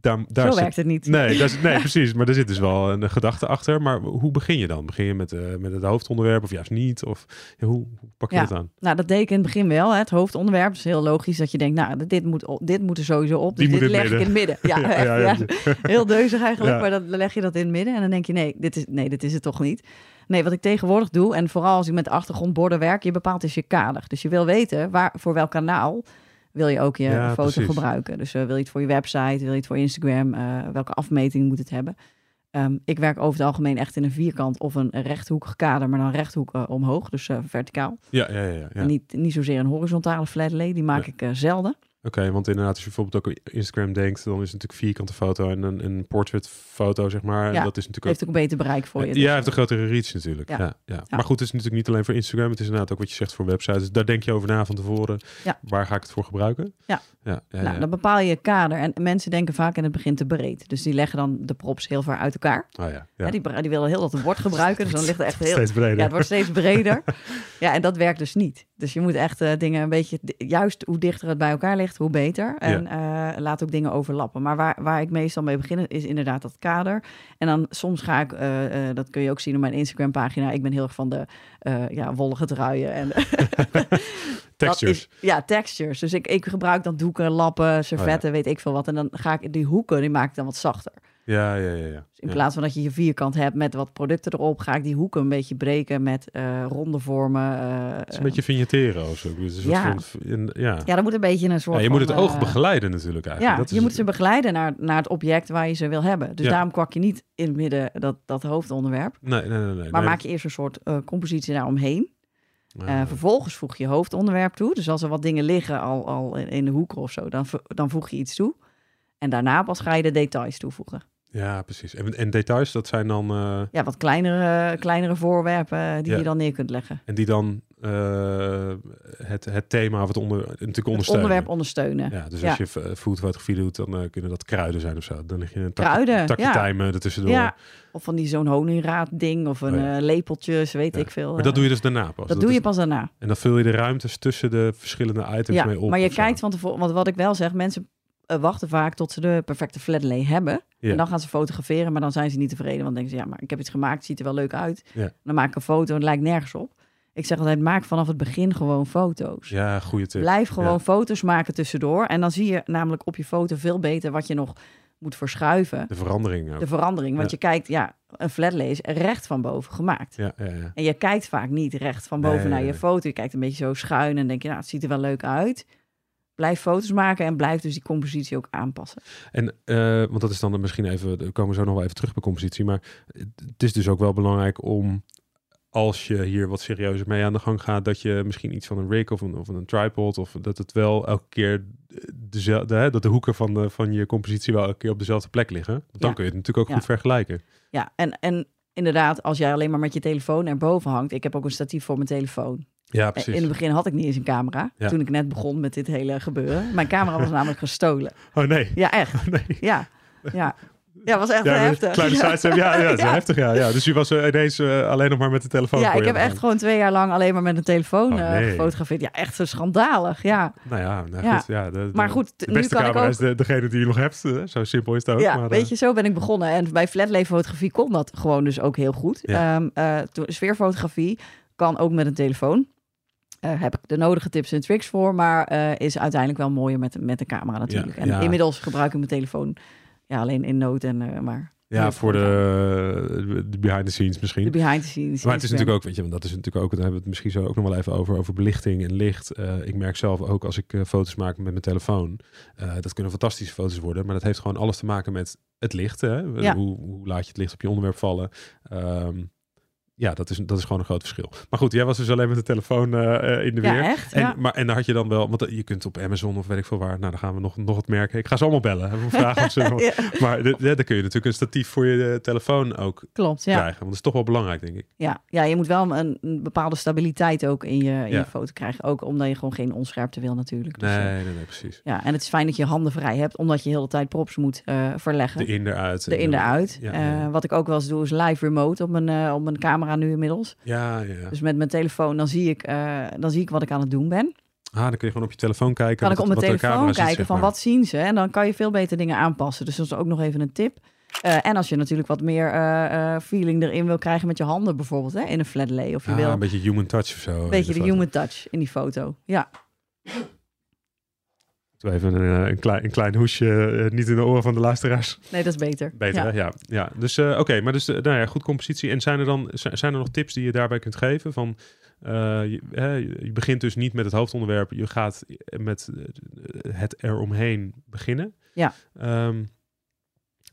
A: Daar, daar
B: Zo
A: zit-
B: werkt het niet.
A: Nee, daar zit- nee, precies. Maar er zit dus wel een eh, gedachte achter. Maar hoe begin je dan? Begin je met, eh, met het hoofdonderwerp of juist niet? Of ja, hoe, hoe pak je
B: Ja.
A: dat aan?
B: Nou, dat deed ik in het begin wel. Hè. Het hoofdonderwerp is heel logisch dat je denkt, nou, dit moet, op- dit moet er sowieso op.
A: Die
B: dus
A: moet
B: dit
A: in
B: leg
A: het
B: ik in het midden. Ja, echt, ja, heel deuzig eigenlijk.
A: Ja.
B: Maar dan leg je dat in het midden en dan denk je, nee dit, is, nee, dit is het toch niet. Nee, wat ik tegenwoordig doe, en vooral als ik met achtergrondborden werk, je bepaalt dus je kader. Dus je wil weten waar, voor welk kanaal wil je ook je
A: Ja,
B: foto
A: precies.
B: gebruiken. Dus eh, wil je het voor je website, wil je het voor Instagram, eh, welke afmeting moet het hebben? Ehm, ik werk over het algemeen echt in een vierkant of een rechthoekig kader, maar dan rechthoek eh, omhoog, dus eh, verticaal.
A: Ja, ja, ja. ja, ja.
B: En
A: Oké,
B: niet, niet zozeer een horizontale flat lay, die maak
A: Nee.
B: ik eh, zelden.
A: want inderdaad, als je bijvoorbeeld ook op Instagram denkt, dan is het natuurlijk vierkante foto en een, een portraitfoto, zeg maar.
B: Ja,
A: En dat is natuurlijk
B: Heeft ook een beter bereik voor
A: ook...
B: je.
A: Ja,
B: dus.
A: hij heeft een grotere reach natuurlijk. Ja.
B: Ja.
A: Ja,
B: Ja.
A: Maar goed, het is natuurlijk niet alleen voor Instagram. Het is inderdaad ook wat je zegt voor websites. Dus daar denk je over na van tevoren.
B: Ja.
A: Waar ga ik het voor gebruiken?
B: Ja.
A: ja, ja,
B: nou,
A: ja.
B: dan bepaal je je kader. En mensen denken vaak in het begin te breed. Dus die leggen dan de props heel ver uit elkaar.
A: Oh, ja, ja.
B: Hè, die, bre- die willen heel dat woord gebruiken. Dus dan ligt er echt heel...
A: Steeds breder.
B: Ja, het wordt steeds breder. Ja, en dat werkt dus niet. Dus je moet echt eh, dingen een beetje... Juist hoe dichter het bij elkaar ligt, hoe beter. En eh, laat ook dingen overlappen. Maar waar, waar ik meestal mee begin, is inderdaad dat kader. En dan soms ga ik... eh, eh, dat kun je ook zien op mijn Instagram-pagina. Ik ben heel erg van de eh, ja, wollige truien en
A: Textures. Oh,
B: dat is- ja, textures. Dus ik, ik gebruik dan doeken, lappen, servetten, weet ik veel wat. En dan ga ik die hoeken, die maak ik dan wat zachter.
A: Ja, ja, ja. ja.
B: Dus in
A: Ja.
B: plaats van dat je je vierkant hebt met wat producten erop, ga ik die hoeken een beetje breken met eh, ronde vormen. eh,
A: Het is een beetje vignetteren of zo. Dus een soort
B: Ja.
A: van- een- ja.
B: ja, dat moet een beetje een soort.
A: Ja, je moet het
B: van,
A: oog
B: eh,
A: begeleiden natuurlijk eigenlijk.
B: Ja,
A: Dat
B: je
A: is-
B: moet ze begeleiden naar, naar het object waar je ze wil hebben. Dus
A: Ja.
B: daarom kwak je niet in het midden dat, dat hoofdonderwerp.
A: Nee, nee, nee. nee
B: Maar
A: nee.
B: maak je eerst een soort eh, compositie daaromheen.
A: Ah,
B: Eh, vervolgens voeg je hoofdonderwerp toe. Dus als er wat dingen liggen al, al in, in de hoeken of zo, dan, vo- dan voeg je iets toe. En daarna pas ga je de details toevoegen.
A: ja, precies. En, en details, dat zijn dan... eh,
B: Ja, wat kleinere, kleinere voorwerpen eh, die
A: Ja.
B: je dan neer kunt leggen.
A: en die dan eh, eh, het, het thema of het, onder, natuurlijk
B: Het
A: ondersteunen.
B: onderwerp ondersteunen.
A: Ja, dus
B: Ja.
A: als je v- eh, foodfotografie doet, dan eh, kunnen dat kruiden zijn of zo. Dan lig je een tak,
B: Kruiden,
A: takje
B: ja.
A: tijm eh, ertussendoor.
B: Ja, of van die zo'n honingraad ding of een
A: Oh ja.
B: eh, lepeltjes, weet
A: Ja.
B: ik veel. eh.
A: Maar dat doe je dus daarna pas.
B: dat doe
A: is-
B: je pas daarna.
A: En dan vul je de ruimtes tussen de verschillende items mee op.
B: maar je
A: of zo.
B: kijkt van tevoren, want wat ik wel zeg, mensen eh, wachten vaak tot ze de perfecte flat lay hebben.
A: Ja.
B: En dan gaan ze fotograferen, maar dan zijn ze niet tevreden. Want dan denken ze, ja, maar ik heb iets gemaakt, het ziet er wel leuk uit.
A: Ja.
B: Dan maak ik een foto en het lijkt nergens op. Ik zeg altijd, maak vanaf het begin gewoon foto's.
A: Ja, goede tip.
B: Blijf gewoon foto's maken tussendoor. En dan zie je namelijk op je foto veel beter wat je nog moet verschuiven.
A: De verandering ook.
B: De verandering. Want
A: Ja.
B: je kijkt, ja, een flatlay is recht van boven gemaakt.
A: Ja, ja, ja.
B: En je kijkt vaak niet recht van boven
A: Nee,
B: naar
A: nee,
B: je
A: nee.
B: foto. Je kijkt een beetje zo schuin en denk je, nou, het ziet er wel leuk uit. Blijf foto's maken en blijf dus die compositie ook aanpassen.
A: En, eh, want dat is dan misschien even, we komen zo nog wel even terug bij compositie. Maar het is dus ook wel belangrijk om, als je hier wat serieuzer mee aan de gang gaat, dat je misschien iets van een rig of een, of een tripod, of dat het wel elke keer dezelfde, hè, dat de hoeken van, de, van je compositie wel elke keer op dezelfde plek liggen. Want dan
B: Ja.
A: kun je het natuurlijk ook
B: Ja.
A: goed vergelijken.
B: Ja, en, en inderdaad, als jij alleen maar met je telefoon erboven hangt. Ik heb ook een statief voor mijn telefoon.
A: Ja,
B: En
A: precies.
B: In het begin had ik niet eens een camera.
A: Ja.
B: Toen ik net begon met dit hele gebeuren. Mijn camera was namelijk gestolen.
A: Oh nee.
B: Ja, echt.
A: nee.
B: Ja, ja. Ja, was echt
A: Ja, met
B: heftig.
A: Kleine
B: Ja.
A: sidestep, ja, ja, dat is
B: Ja.
A: heftig, ja, ja. Dus je was eh, ineens eh, alleen nog maar met de telefoon.
B: Ja,
A: voor je
B: ik heb
A: aan de
B: echt gewoon twee jaar lang alleen maar met een telefoon
A: Oh,
B: eh,
A: nee.
B: gefotografeerd. Ja, echt zo schandalig. Ja,
A: gang. Nou ja, nou
B: Ja.
A: goed. Ja, de, de-
B: maar goed, t-
A: De
B: nu
A: beste
B: kan ik
A: camera
B: ook
A: is de, degene die je nog hebt. eh, Zo simpel is het ook.
B: Ja,
A: maar, eh,
B: weet je, zo ben ik begonnen. En bij flatlay-fotografie kon dat gewoon dus ook heel goed.
A: Ja.
B: Ehm, eh, to- sfeerfotografie kan ook met een telefoon. Eh, heb ik de nodige tips en tricks voor, maar eh, is uiteindelijk wel mooier met, met de camera natuurlijk.
A: Ja,
B: en
A: ja.
B: inmiddels gebruik ik mijn telefoon ja, alleen in nood en eh, maar
A: ja, voor de, de behind the scenes misschien.
B: de behind the scenes.
A: maar het is natuurlijk ook, weet je, want dat is natuurlijk ook, daar hebben we het misschien zo ook nog wel even over, over belichting en licht. Eh, ik merk zelf ook als ik eh, foto's maak met mijn telefoon, eh, dat kunnen fantastische foto's worden, maar dat heeft gewoon alles te maken met het licht. Hè? Eh,
B: Ja.
A: Hoe, hoe laat je het licht op je onderwerp vallen? Ehm, ja, dat is, dat is gewoon een groot verschil. Maar goed, jij was dus alleen met de telefoon eh, eh, in de weer.
B: Ja, echt.
A: En,
B: ja.
A: maar, en daar had je dan wel, want eh, je kunt op Amazon of weet ik veel waar, nou dan gaan we nog, nog wat merken. Ik ga ze allemaal bellen. Even vragen of ze.
B: Ja,
A: Maar de- de- dan kun je natuurlijk een statief voor je eh, telefoon ook
B: klopt, ja.
A: krijgen. Want dat is toch wel belangrijk, denk ik.
B: Ja, ja, je moet wel een, een bepaalde stabiliteit ook in, je, in
A: Ja.
B: je foto krijgen. Ook omdat je gewoon geen onscherpte wil natuurlijk. Dus, eh,
A: Nee, nee, nee, precies.
B: Ja, en het is fijn dat je handen vrij hebt, omdat je de hele tijd props moet eh, verleggen.
A: De
B: De
A: in eruit.
B: in, de uit.
A: Ja,
B: Eh,
A: ja.
B: wat ik ook wel eens doe, is live remote op mijn, eh, op mijn camera nu inmiddels.
A: Ja, ja. ja.
B: Dus met mijn telefoon, dan zie, ik, eh, dan zie ik wat ik aan het doen ben.
A: Ah, dan kun je gewoon op je telefoon kijken.
B: Kan ik
A: wat-
B: op mijn
A: wat de
B: telefoon
A: camera ziet,
B: kijken
A: zeg
B: van
A: maar.
B: wat zien ze. En dan kan je veel beter dingen aanpassen. Dus dat is ook nog even een tip. Eh, en als je natuurlijk wat meer eh, eh, feeling erin wil krijgen met je handen bijvoorbeeld, hè, in een flat lay. Of je
A: Ah,
B: wil
A: een beetje human touch of zo.
B: een beetje de
A: foto.
B: human touch in die foto. Ja,
A: Doe Even een, eh, een, klein, een klein hoesje, eh, niet in de oren van de luisteraars.
B: nee, dat is beter.
A: Beter,
B: Ja.
A: ja. Hè? ja. ja. Dus eh, oké, maar dus, eh, nou ja, goed compositie. En zijn er dan z- zijn er nog tips die je daarbij kunt geven? Van, eh, je, hè, je begint dus niet met het hoofdonderwerp. Je gaat met eh, het eromheen beginnen.
B: Ja.
A: Ehm,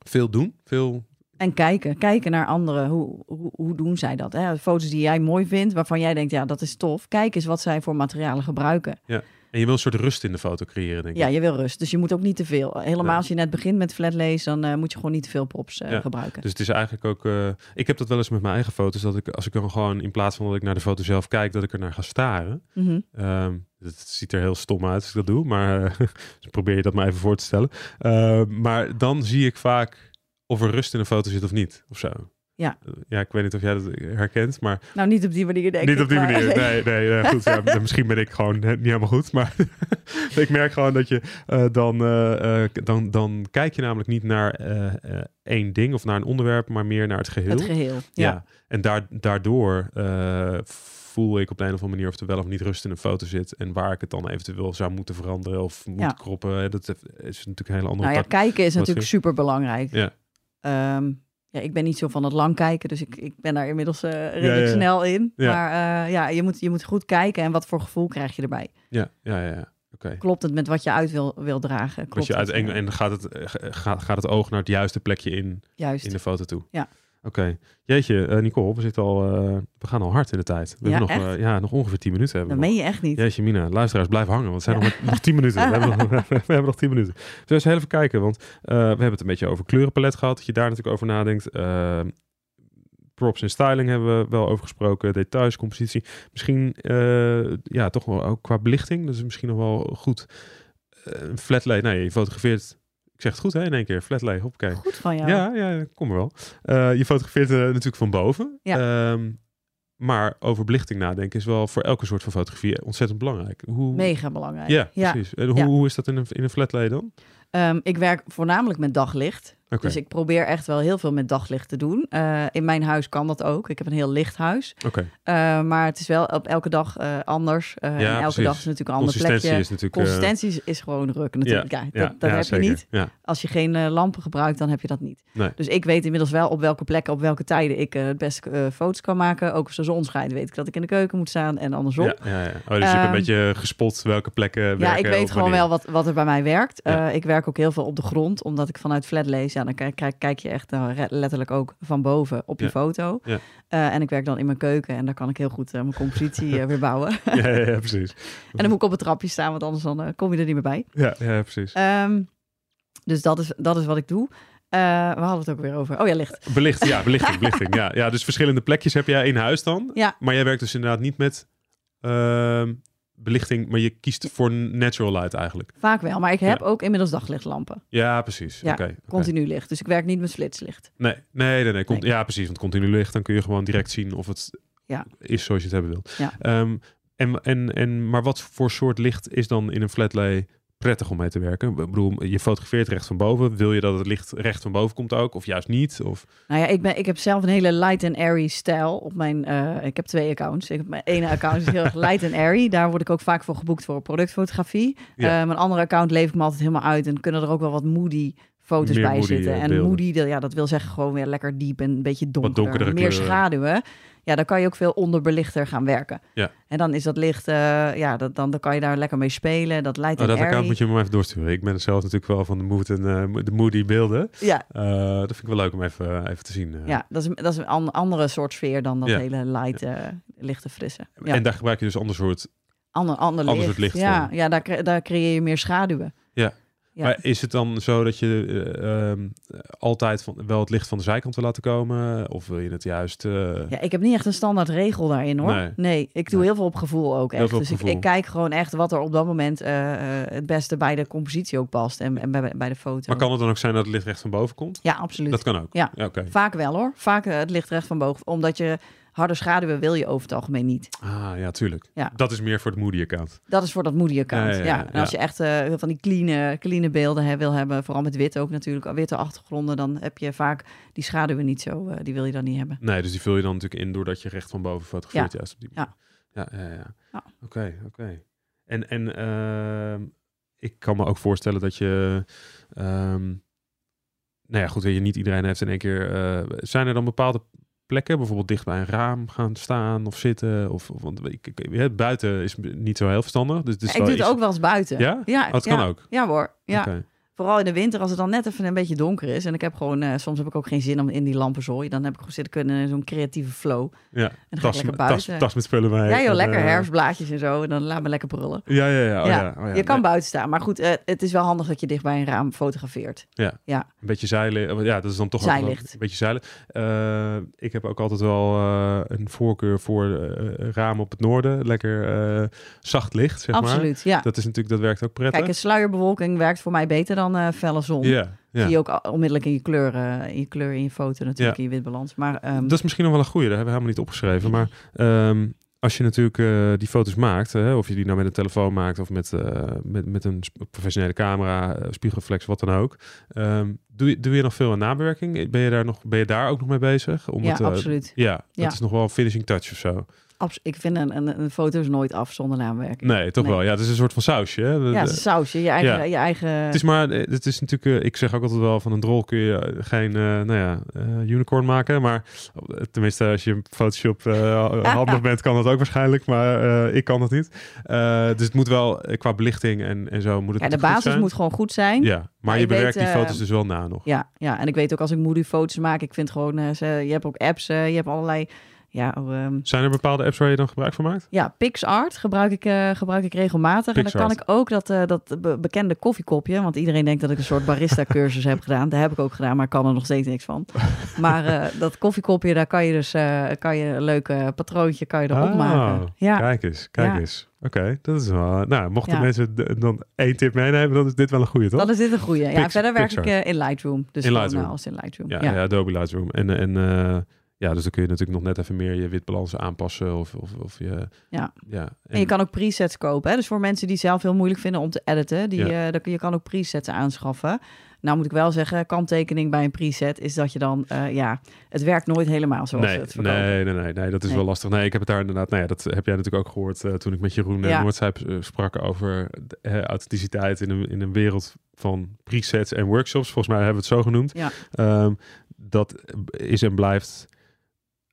A: veel doen, veel...
B: En kijken, kijken naar anderen. Hoe, hoe, hoe doen zij dat? Hè? Foto's die jij mooi vindt, waarvan jij denkt, ja, dat is tof. Kijk eens wat zij voor materialen gebruiken.
A: En je wil een soort rust in de foto creëren, denk ik.
B: Ja, je wil rust, dus je moet ook niet te veel. Helemaal
A: Ja.
B: als je net begint met flatlays, dan eh, moet je gewoon niet te veel props eh,
A: Ja.
B: gebruiken.
A: Dus het is eigenlijk ook... eh, ik heb dat wel eens met mijn eigen foto's. Dat ik, als ik dan gewoon, in plaats van dat ik naar de foto zelf kijk, dat ik er naar ga staren.
B: Mhm.
A: Ehm, het ziet er heel stom uit als ik dat doe, maar eh, dus probeer je dat maar even voor te stellen. Ehm, maar dan zie ik vaak of er rust in een foto zit of niet, of zo.
B: Ja.
A: Eh, Ja, ik weet niet of jij dat herkent, maar
B: Nou, niet op die manier denk
A: niet
B: ik,
A: op die
B: maar-
A: manier. Nee, nee, eh, goed. Ja, m- misschien ben ik gewoon eh, niet helemaal goed, maar ik merk gewoon dat je eh, dan, eh, eh, k- dan, dan kijk je namelijk niet naar eh, eh, één ding of naar een onderwerp, maar meer naar het geheel.
B: Het geheel, ja.
A: Ja. En daar, daardoor eh, voel ik op de een of andere manier of er wel of niet rust in een foto zit. En waar ik het dan eventueel zou moeten veranderen of moet
B: Ja.
A: kroppen. Dat is natuurlijk een hele andere
B: Nou ja,
A: tak.
B: kijken is
A: Wat
B: natuurlijk super belangrijk.
A: Ja.
B: ja, ik ben niet zo van het lang kijken, dus ik, ik ben daar inmiddels eh, redelijk
A: ja, ja.
B: snel in.
A: Ja.
B: Maar eh, ja, je moet, je moet goed kijken en wat voor gevoel krijg je erbij.
A: Ja, ja, ja. ja. Oké.
B: Klopt het met wat je uit wil, wil dragen? Klopt
A: Als je uit
B: het,
A: en,
B: eh,
A: en gaat, het, eh, gaat, gaat het oog naar het juiste plekje in,
B: Juist.
A: in de foto toe.
B: Ja.
A: Oké. Jeetje, eh, Nicole, we zitten al, eh, we gaan al hard in de tijd. We
B: Ja,
A: hebben nog,
B: echt? Nou,
A: eh, ja, nog ongeveer 10 minuten hebben
B: Dat
A: we.
B: meen je echt niet.
A: Jeetje Mina, luisteraars, blijf hangen, want het zijn
B: Ja.
A: nog, maar- nog 10 minuten. We hebben nog, we hebben nog 10 minuten. Dus we eens even kijken, want eh, we hebben het een beetje over kleurenpalet gehad, dat je daar natuurlijk over nadenkt. Eh, props en styling hebben we wel over gesproken. Details, compositie. Misschien eh, ja, toch wel ook qua belichting. Dat is misschien nog wel goed. Eh, Een flat lay. Nou, je fotografeert. Ik zeg het goed hè, in één keer. Flat lay. Hoppakee.
B: Goed van jou.
A: Ja, ja, kom er wel. Eh, je fotografeert eh, natuurlijk van boven. Ehm, maar over belichting nadenken is wel voor elke soort van fotografie ontzettend belangrijk. Hoe...
B: Mega belangrijk.
A: Ja,
B: Ja.
A: precies. En hoe,
B: Ja.
A: hoe is dat in een, in een flat lay dan?
B: Ehm, ik werk voornamelijk met daglicht.
A: Oké.
B: Dus ik probeer echt wel heel veel met daglicht te doen. Eh, in mijn huis kan dat ook. Ik heb een heel licht huis.
A: Oké.
B: Eh, maar het is wel op elke dag eh, anders. Eh, en
A: Ja,
B: elke
A: precies.
B: dag is natuurlijk een ander
A: Consistentie
B: plekje.
A: is natuurlijk... eh,
B: Consistentie is- is gewoon ruk natuurlijk. Ja, dat, dat heb
A: zeker.
B: je niet.
A: Ja,
B: Als je geen eh, lampen gebruikt, dan heb je dat niet.
A: Nee.
B: Dus ik weet inmiddels wel op welke plekken, op welke tijden ik eh, het beste eh, foto's kan maken. Ook als de zon schijnt, weet ik dat ik in de keuken moet staan en andersom.
A: ja, ja, ja. Oh, dus je hebt een
B: Ehm,
A: beetje gespot welke plekken werken.
B: Ja, ik weet
A: op
B: gewoon
A: wanneer.
B: wel wat, wat er bij mij werkt.
A: Ja.
B: Eh, ik werk ook heel veel op de grond, omdat ik vanuit flat lees. Ja, dan kijk, kijk, kijk je echt eh, re- letterlijk ook van boven op je
A: Ja.
B: foto.
A: Ja.
B: Eh, en ik werk dan in mijn keuken en daar kan ik heel goed eh, mijn compositie eh, weer bouwen. en
A: Ja, ja, ja, precies.
B: dan moet ik op het trapje staan, want anders dan, eh, kom je er niet meer bij.
A: Ja, ja, precies.
B: Ehm, dus dat is, dat is wat ik doe. Eh, we hadden het ook weer over. Oh ja, licht.
A: Belicht, ja, belichting, belichting. Ja, ja, dus verschillende plekjes heb jij in huis dan.
B: Ja.
A: Maar jij werkt dus inderdaad niet met ehm, belichting, maar je kiest voor natural light eigenlijk.
B: Vaak wel, maar ik heb ook inmiddels daglichtlampen.
A: Ja, precies.
B: Ja,
A: Oké. oké.
B: Continu licht. Dus ik werk niet met flitslicht.
A: Nee, nee, nee. nee. Cont-
B: Nee.
A: Ja, precies. Want continu licht, dan kun je gewoon direct zien of het
B: Ja.
A: is zoals je het hebben wilt.
B: Ja.
A: Ehm, en, en, en, maar wat voor soort licht is dan in een flat lay prettig om mee te werken? Ik bedoel, je fotografeert recht van boven. Wil je dat het licht recht van boven komt ook? Of juist niet? Of...
B: Nou ja, ik, ben, ik heb zelf een hele light and airy stijl op mijn... eh, ik heb twee accounts. Ik heb mijn ene account is heel erg light and airy. Daar word ik ook vaak voor geboekt voor productfotografie.
A: Ja.
B: Eh, mijn andere account leef ik me altijd helemaal uit. En kunnen er ook wel wat moody foto's
A: Meer
B: bij
A: moody,
B: zitten.
A: eh,
B: en
A: beelden.
B: moody, dat- ja, dat wil zeggen gewoon weer lekker diep en een beetje donker.
A: donkerdere
B: meer
A: kleuren.
B: schaduwen. Ja, dan kan je ook veel onderbelichter gaan werken.
A: Ja.
B: En dan is dat licht... eh, ja, dat, dan, dan kan je daar lekker mee spelen. Dat light
A: Oh,
B: and
A: dat account
B: airy.
A: moet je me maar even doorsturen. Ik ben zelf natuurlijk wel van de mood en eh, de moody beelden.
B: Ja,
A: Eh, dat vind ik wel leuk om even, even te zien. eh.
B: ja dat, is, dat is een an- andere soort sfeer dan dat
A: Ja.
B: hele light, eh, lichte, frisse. Ja.
A: En daar gebruik je dus ander soort.
B: ander, ander
A: Ander
B: licht.
A: soort licht
B: ja,
A: voor.
B: ja daar, cre- daar creëer je meer schaduwen. Ja.
A: Maar is het dan zo dat je eh, ehm, altijd van, wel het licht van de zijkant wil laten komen? Of wil je het juist. eh,
B: Ja, ik heb niet echt een standaard regel daarin hoor.
A: Nee.
B: Nee, ik doe
A: Nee.
B: heel veel op gevoel ook
A: Heel
B: echt.
A: veel op
B: Dus ik,
A: gevoel.
B: ik kijk gewoon echt wat er op dat moment eh, eh, het beste bij de compositie ook past en, en bij, bij de foto.
A: Maar kan het dan ook zijn dat het licht recht van boven komt?
B: Ja, absoluut.
A: Dat kan ook.
B: Ja.
A: Oké.
B: Vaak wel hoor. Vaak eh, het licht recht van boven. Omdat je harde schaduwen wil je over het algemeen niet.
A: Ah, ja, tuurlijk.
B: Ja.
A: Dat is meer voor het moody account.
B: Dat is voor dat moedige kant.
A: Ja,
B: Ja,
A: ja, ja, ja.
B: En als je echt eh, van die clean, clean beelden hè, wil hebben, vooral met wit ook natuurlijk, witte achtergronden, dan heb je vaak die schaduwen niet zo, eh, die wil je dan niet hebben.
A: Nee, dus die vul je dan natuurlijk in doordat je recht van boven fotografeert juist op die manier. Ja, ja, ja. ja.
B: Ja.
A: Oké, oké. En, en ehm, ik kan me ook voorstellen dat je... ehm, nou ja, goed, weet je, niet iedereen heeft in één keer... eh, zijn er dan bepaalde plekken, bijvoorbeeld dicht bij een raam gaan staan of zitten? Of, of- want ik, ik- ja, buiten is niet zo heel verstandig. Dus, het is
B: Ja, ik
A: wel
B: doe het
A: iets-
B: ook wel eens buiten.
A: Ja?
B: Ja,
A: Oh, dat
B: ja.
A: kan ook?
B: Ja hoor, ja.
A: Oké.
B: Vooral in de winter als het dan net even een beetje donker is. En ik heb gewoon, eh, soms heb ik ook geen zin om in die lampenzooi. Dan heb ik gewoon zitten kunnen in zo'n creatieve flow.
A: Ja,
B: En dan ga ik
A: tas,
B: lekker
A: tas,
B: buiten.
A: tas met spullen bij.
B: ja joh,
A: En,
B: lekker
A: eh,
B: herfstblaadjes en zo. En dan laat me lekker brullen.
A: Ja, ja, ja. Oh, ja.
B: Ja,
A: Oh, ja.
B: je kan buiten staan. Maar goed, eh, het is wel handig dat je dicht bij een raam fotografeert.
A: Een beetje zeilen. eh, Ja, dat is dan toch ook wel
B: Zijlicht.
A: een beetje zeilen. Eh, ik heb ook altijd wel eh, een voorkeur voor eh, ramen op het noorden. Lekker eh, zacht licht, zeg maar.
B: Absoluut, ja.
A: Dat is natuurlijk, dat werkt ook prettig.
B: Kijk, een sluierbewolking werkt voor mij beter dan eh felle zon.
A: ja, ja.
B: Zie je ook al- onmiddellijk in je kleur, eh, in je kleur, in je foto natuurlijk, in je witbalans. Maar ehm,
A: Dat is misschien nog wel een goede. Dat hebben we helemaal niet opgeschreven. Maar ehm, als je natuurlijk eh, die foto's maakt, hè, of je die nou met een telefoon maakt of met, eh, met, met een sp- professionele camera, eh, spiegelreflex, wat dan ook. ehm, doe, je, doe je nog veel aan nabewerking? Ben je daar, nog, ben je daar ook nog mee bezig? Om
B: ja,
A: het, eh,
B: absoluut.
A: Ja, dat
B: Ja.
A: is nog wel een finishing touch of zo.
B: Abs- ik vind een, een, een foto is nooit af zonder naamwerking.
A: Nee, toch
B: Nee.
A: wel. Ja, het is een soort van sausje. Hè? Dat-
B: Ja, het
A: eh,
B: is een sausje, je eigen...
A: Ja.
B: Je eigen
A: het is maar, eh, het is natuurlijk, eh, ik zeg ook altijd wel, van een drol kun je eh, geen, eh, nou ja, eh, unicorn maken. Maar eh, tenminste, als je in Photoshop eh, handig bent, kan dat ook waarschijnlijk. Maar eh, ik kan dat niet. Eh, dus het moet wel, eh, qua belichting en, en zo, moet het
B: ja,
A: natuurlijk
B: de
A: goed
B: basis
A: zijn.
B: moet gewoon goed zijn. Ja.
A: Ja, maar
B: Ja,
A: je
B: ik weet,
A: bewerkt die
B: eh,
A: foto's dus wel na nog.
B: Ja, en ik weet ook als ik moody foto's maak, ik vind gewoon, eh, ze, je hebt ook apps, eh, je hebt allerlei Ja, ehm,
A: Zijn er bepaalde apps waar je dan gebruik van maakt?
B: ja, PixArt gebruik ik, eh, gebruik ik regelmatig. En dan kan ik
A: PixArt.
B: ook dat, eh, dat be- bekende koffiekopje. Want iedereen denkt dat ik een soort barista-cursus heb gedaan. Dat heb ik ook gedaan, maar ik kan er nog steeds niks van. Maar eh, dat koffiekopje, daar kan je dus eh, kan je een leuk eh, patroontje kan je erop
A: Ah,
B: maken. Ja,
A: Kijk eens, kijk
B: Ja.
A: eens. Oké, dat is wel... Nou, mochten
B: Ja.
A: mensen d- dan één tip meenemen, dan is dit wel een goede, toch?
B: dan is dit een goeie. Ja,
A: Pix-
B: verder werk ik
A: PixArt.
B: eh, in Lightroom. Dus
A: In
B: gewoon,
A: Lightroom.
B: eh, als in Lightroom.
A: Ja,
B: Ja,
A: ja. Adobe Lightroom. En, eh, en eh, ja, dus dan kun je natuurlijk nog net even meer je witbalansen aanpassen of, of, of je...
B: Ja.
A: ja.
B: En je kan ook presets kopen. Hè? Dus voor mensen die het zelf heel moeilijk vinden om te editen, die, eh, dan kun- je kan ook presets aanschaffen. Nou moet ik wel zeggen, kanttekening bij een preset is dat je dan, eh, ja, het werkt nooit helemaal zoals
A: nee,
B: het verkoopt.
A: nee, nee, nee, nee, dat is
B: Nee.
A: wel lastig. Nee, ik heb het daar inderdaad, nou ja, dat heb jij natuurlijk ook gehoord eh, toen ik met Jeroen ja.
B: Ja.
A: Noordzijp eh, sprak over de, eh, authenticiteit in een, in een wereld van presets en workshops. Volgens mij hebben we het zo genoemd.
B: Ja.
A: Ehm, dat is en blijft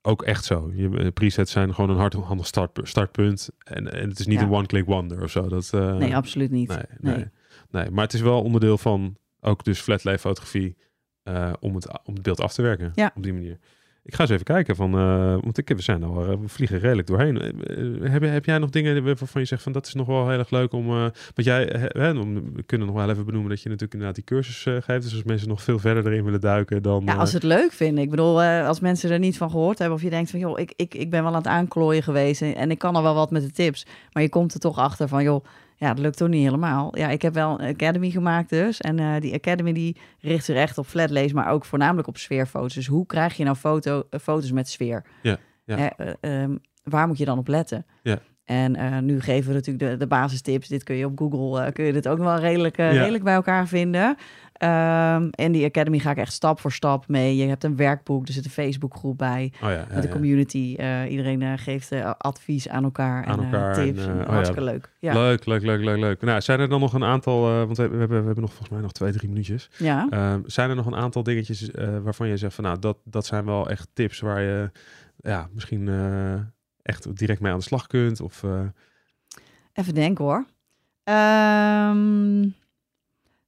A: ook echt zo. Je, eh, presets zijn gewoon een hardhandig start, startpunt. En, en het is niet
B: Ja.
A: een one-click wonder of zo. Dat, eh,
B: Nee, absoluut niet.
A: Nee, nee.
B: Nee.
A: nee. maar het is wel onderdeel van ook dus flatlay fotografie eh, om, het, om het beeld af te werken
B: Ja.
A: op die manier. Ik ga eens even kijken van, eh, want ik, we zijn al, eh, we vliegen redelijk doorheen. Eh, eh, heb, heb jij nog dingen waarvan je zegt van dat is nog wel heel erg leuk om, eh want jij, eh, hè, om- we kunnen nog wel even benoemen dat je natuurlijk inderdaad die cursus eh, geeft. Dus als mensen nog veel verder erin willen duiken dan... eh,
B: Ja, als ze het leuk vinden. Ik bedoel, eh, als mensen er niet van gehoord hebben... of je denkt van, joh, ik, ik, ik ben wel aan het aanklooien geweest... en en ik kan al wel wat met de tips. Maar je komt er toch achter van, joh, ja, dat lukt toch niet helemaal. Ja, ik heb wel een academy gemaakt dus. En eh, die academy die richt zich echt op flatlays... maar ook voornamelijk op sfeerfoto's. Dus hoe krijg je nou foto, eh, foto's met sfeer?
A: Ja, ja.
B: Hè, eh, ehm, waar moet je dan op letten?
A: Ja.
B: En eh, nu geven we natuurlijk de, de basistips. Dit kun je op Google, eh, kun je dit ook wel redelijk, eh,
A: Ja.
B: redelijk bij elkaar vinden. Ehm, en die Academy ga ik echt stap voor stap mee. Je hebt een werkboek, er zit een Facebookgroep bij.
A: eh, oh ja, ja,
B: met de
A: ja.
B: community. eh, iedereen eh, geeft eh, advies aan elkaar
A: Aan
B: en eh,
A: elkaar en,
B: tips.
A: eh,
B: En
A: oh ja.
B: hartstikke leuk. Ja.
A: Leuk, leuk, leuk, leuk, leuk. Nou, zijn er dan nog een aantal, eh, want we, we hebben, we hebben nog volgens mij nog twee, drie minuutjes.
B: ja.
A: Ehm, zijn er nog een aantal dingetjes eh, waarvan je zegt van nou, dat, dat zijn wel echt tips waar je ja, misschien eh, echt direct mee aan de slag kunt? Of, eh,
B: Even denken hoor. Ehm,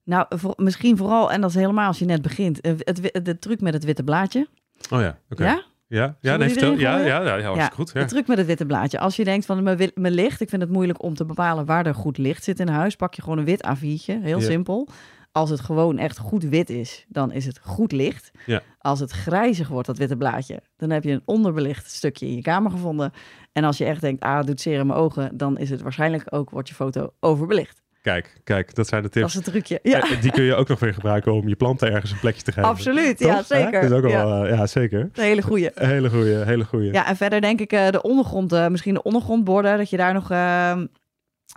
B: nou, voor- misschien vooral, en dat is helemaal als je net begint, eh, het, wi- de truc met het witte blaadje.
A: Oh ja, oké.
B: Ja?
A: Ja, ja,
B: Zullen
A: nee,
B: we die
A: vertel.
B: erin
A: Ja, ja,
B: gooien?
A: ja, ja, hartstikke goed. Ja.
B: De truc met het witte blaadje. Als je denkt van mijn, wi- mijn licht, ik vind het moeilijk om te bepalen waar er goed licht zit in huis, pak je gewoon een wit A4'tje, heel
A: Ja.
B: simpel. Als het gewoon echt goed wit is, dan is het goed licht.
A: Ja.
B: Als het grijzig wordt, dat witte blaadje, dan heb je een onderbelicht stukje in je kamer gevonden. En als je echt denkt, ah, het doet zeer in mijn ogen, dan is het waarschijnlijk ook, wordt je foto overbelicht.
A: Kijk, kijk, dat zijn de
B: Dat
A: tips.
B: is het trucje. Ja,
A: En die kun je ook nog weer gebruiken om je planten ergens een plekje te geven.
B: absoluut.
A: Toch?
B: Ja,
A: Hè?
B: zeker.
A: Dat is ook wel,
B: ja,
A: eh, ja, zeker.
B: een hele goeie.
A: Hele goeie, hele goeie.
B: Ja, en verder denk ik eh, de ondergrond, eh, misschien de ondergrondborden, dat je daar nog. ehm,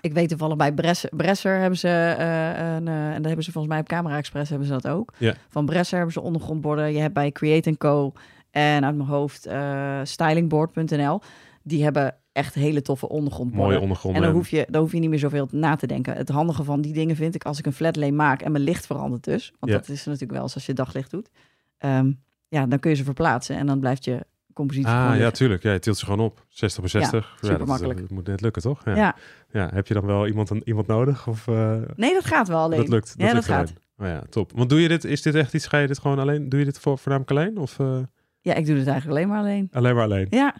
B: ik weet toevallig bij Bresser, Bresser hebben ze eh, een, eh, en dat hebben ze volgens mij op Camera Express hebben ze dat ook.
A: Ja.
B: Van Bresser hebben ze ondergrondborden. Je hebt bij Create Co. en uit mijn hoofd eh, stylingboard.nl. Die hebben echt hele toffe ondergrondborden.
A: Mooie ondergrond.
B: En dan
A: en-
B: hoef, je, dan hoef je niet meer zoveel na te denken. Het handige van die dingen vind ik als ik een flatlay maak en mijn licht verandert dus. Want
A: Ja.
B: dat is natuurlijk wel eens als je daglicht doet. Ehm, ja, dan kun je ze verplaatsen en dan blijft je compositie gewoon
A: Ah, ja,
B: liggen.
A: tuurlijk. Ja, je tilt ze gewoon op. 60 bij 60. Ja, dat-
B: supermakkelijk.
A: Dat, moet net lukken, toch? Ja.
B: Ja.
A: Ja, heb je dan wel iemand, iemand nodig? Of, eh,
B: Nee, dat gaat wel alleen.
A: Dat lukt.
B: Ja,
A: lukt
B: dat gaat.
A: alleen. Oh ja, top. Want doe je dit, is dit echt iets, ga je dit gewoon alleen, doe je dit voor, voornamelijk alleen? Of eh,
B: Ja, ik doe het eigenlijk alleen maar alleen.
A: alleen maar alleen?
B: Ja,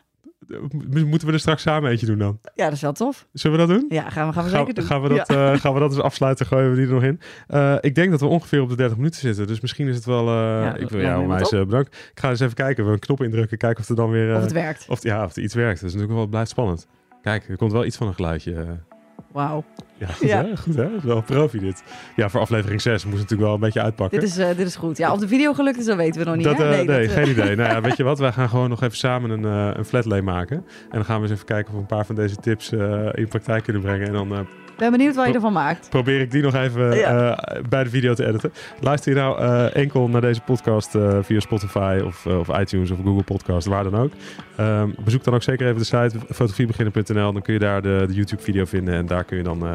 A: Mo- Moeten we er straks samen eentje doen dan?
B: ja dat is wel tof.
A: Zullen we dat doen?
B: Ja, gaan we, gaan we
A: Gaan,
B: zeker doen.
A: gaan we dat, eh, gaan we dat eens afsluiten? Gooien we die er nog in? Eh, ik denk dat we ongeveer op de 30 minuten zitten. Dus misschien is het wel... eh, ik
B: lijkt
A: wil
B: me
A: jou,
B: helemaal
A: meisje, bedankt. Ik ga eens even kijken. We een knop indrukken. Kijken of er dan weer... eh,
B: Of het werkt.
A: of, ja, of er iets werkt. Dat is natuurlijk wel blijft spannend. Kijk, er komt wel iets van een geluidje. eh.
B: Wauw.
A: Ja, goed
B: Ja.
A: hè? Goed hè? Dat is wel profi dit. Ja, voor aflevering 6 moest het natuurlijk wel een beetje uitpakken.
B: Dit is, eh, dit is goed. Ja, of de video gelukt is, dat weten we nog niet.
A: Dat,
B: hè?
A: eh, nee,
B: dat, eh,
A: geen idee. Nou ja, weet je wat? Wij gaan gewoon nog even samen een, eh een flatlay maken. En dan gaan we eens even kijken of we een paar van deze tips eh, in praktijk kunnen brengen. En dan eh,
B: ben benieuwd wat je ervan maakt.
A: probeer ik die nog even
B: Ja.
A: eh, bij de video te editen. Luister je nou eh, enkel naar deze podcast eh, via Spotify of, eh, of iTunes of Google Podcast, waar dan ook. Ehm, bezoek dan ook zeker even de site fotografiebeginnen.nl. Dan kun je daar de, de YouTube video vinden en daar kun je dan eh,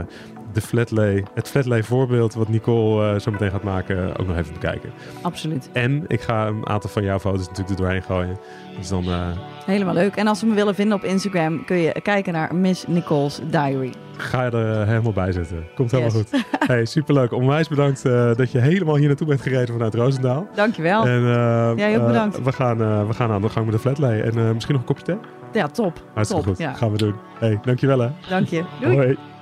A: de flatlay, het flatlay voorbeeld wat Nicole eh, zo meteen gaat maken ook nog even bekijken.
B: Absoluut.
A: En ik ga een aantal van jouw foto's natuurlijk er doorheen gooien. Dus dan eh,
B: Helemaal leuk. En als ze me willen vinden op Instagram, kun je kijken naar Miss Nicole's Diary.
A: ga je er eh, helemaal bij zitten. Komt helemaal
B: Yes.
A: goed. Hey, superleuk. Onwijs bedankt eh, dat je helemaal hier naartoe bent gereden vanuit Roosendaal.
B: Dankjewel.
A: En eh,
B: Jij ook
A: eh,
B: Oh. bedankt.
A: we, gaan, eh, we gaan aan de gang met de flatlay. En eh, misschien nog een kopje thee?
B: Ja, top.
A: Hartstikke
B: top.
A: goed.
B: Ja,
A: Gaan we doen. Hey, dankjewel hè.
B: dank je. Doei.
A: Hoi.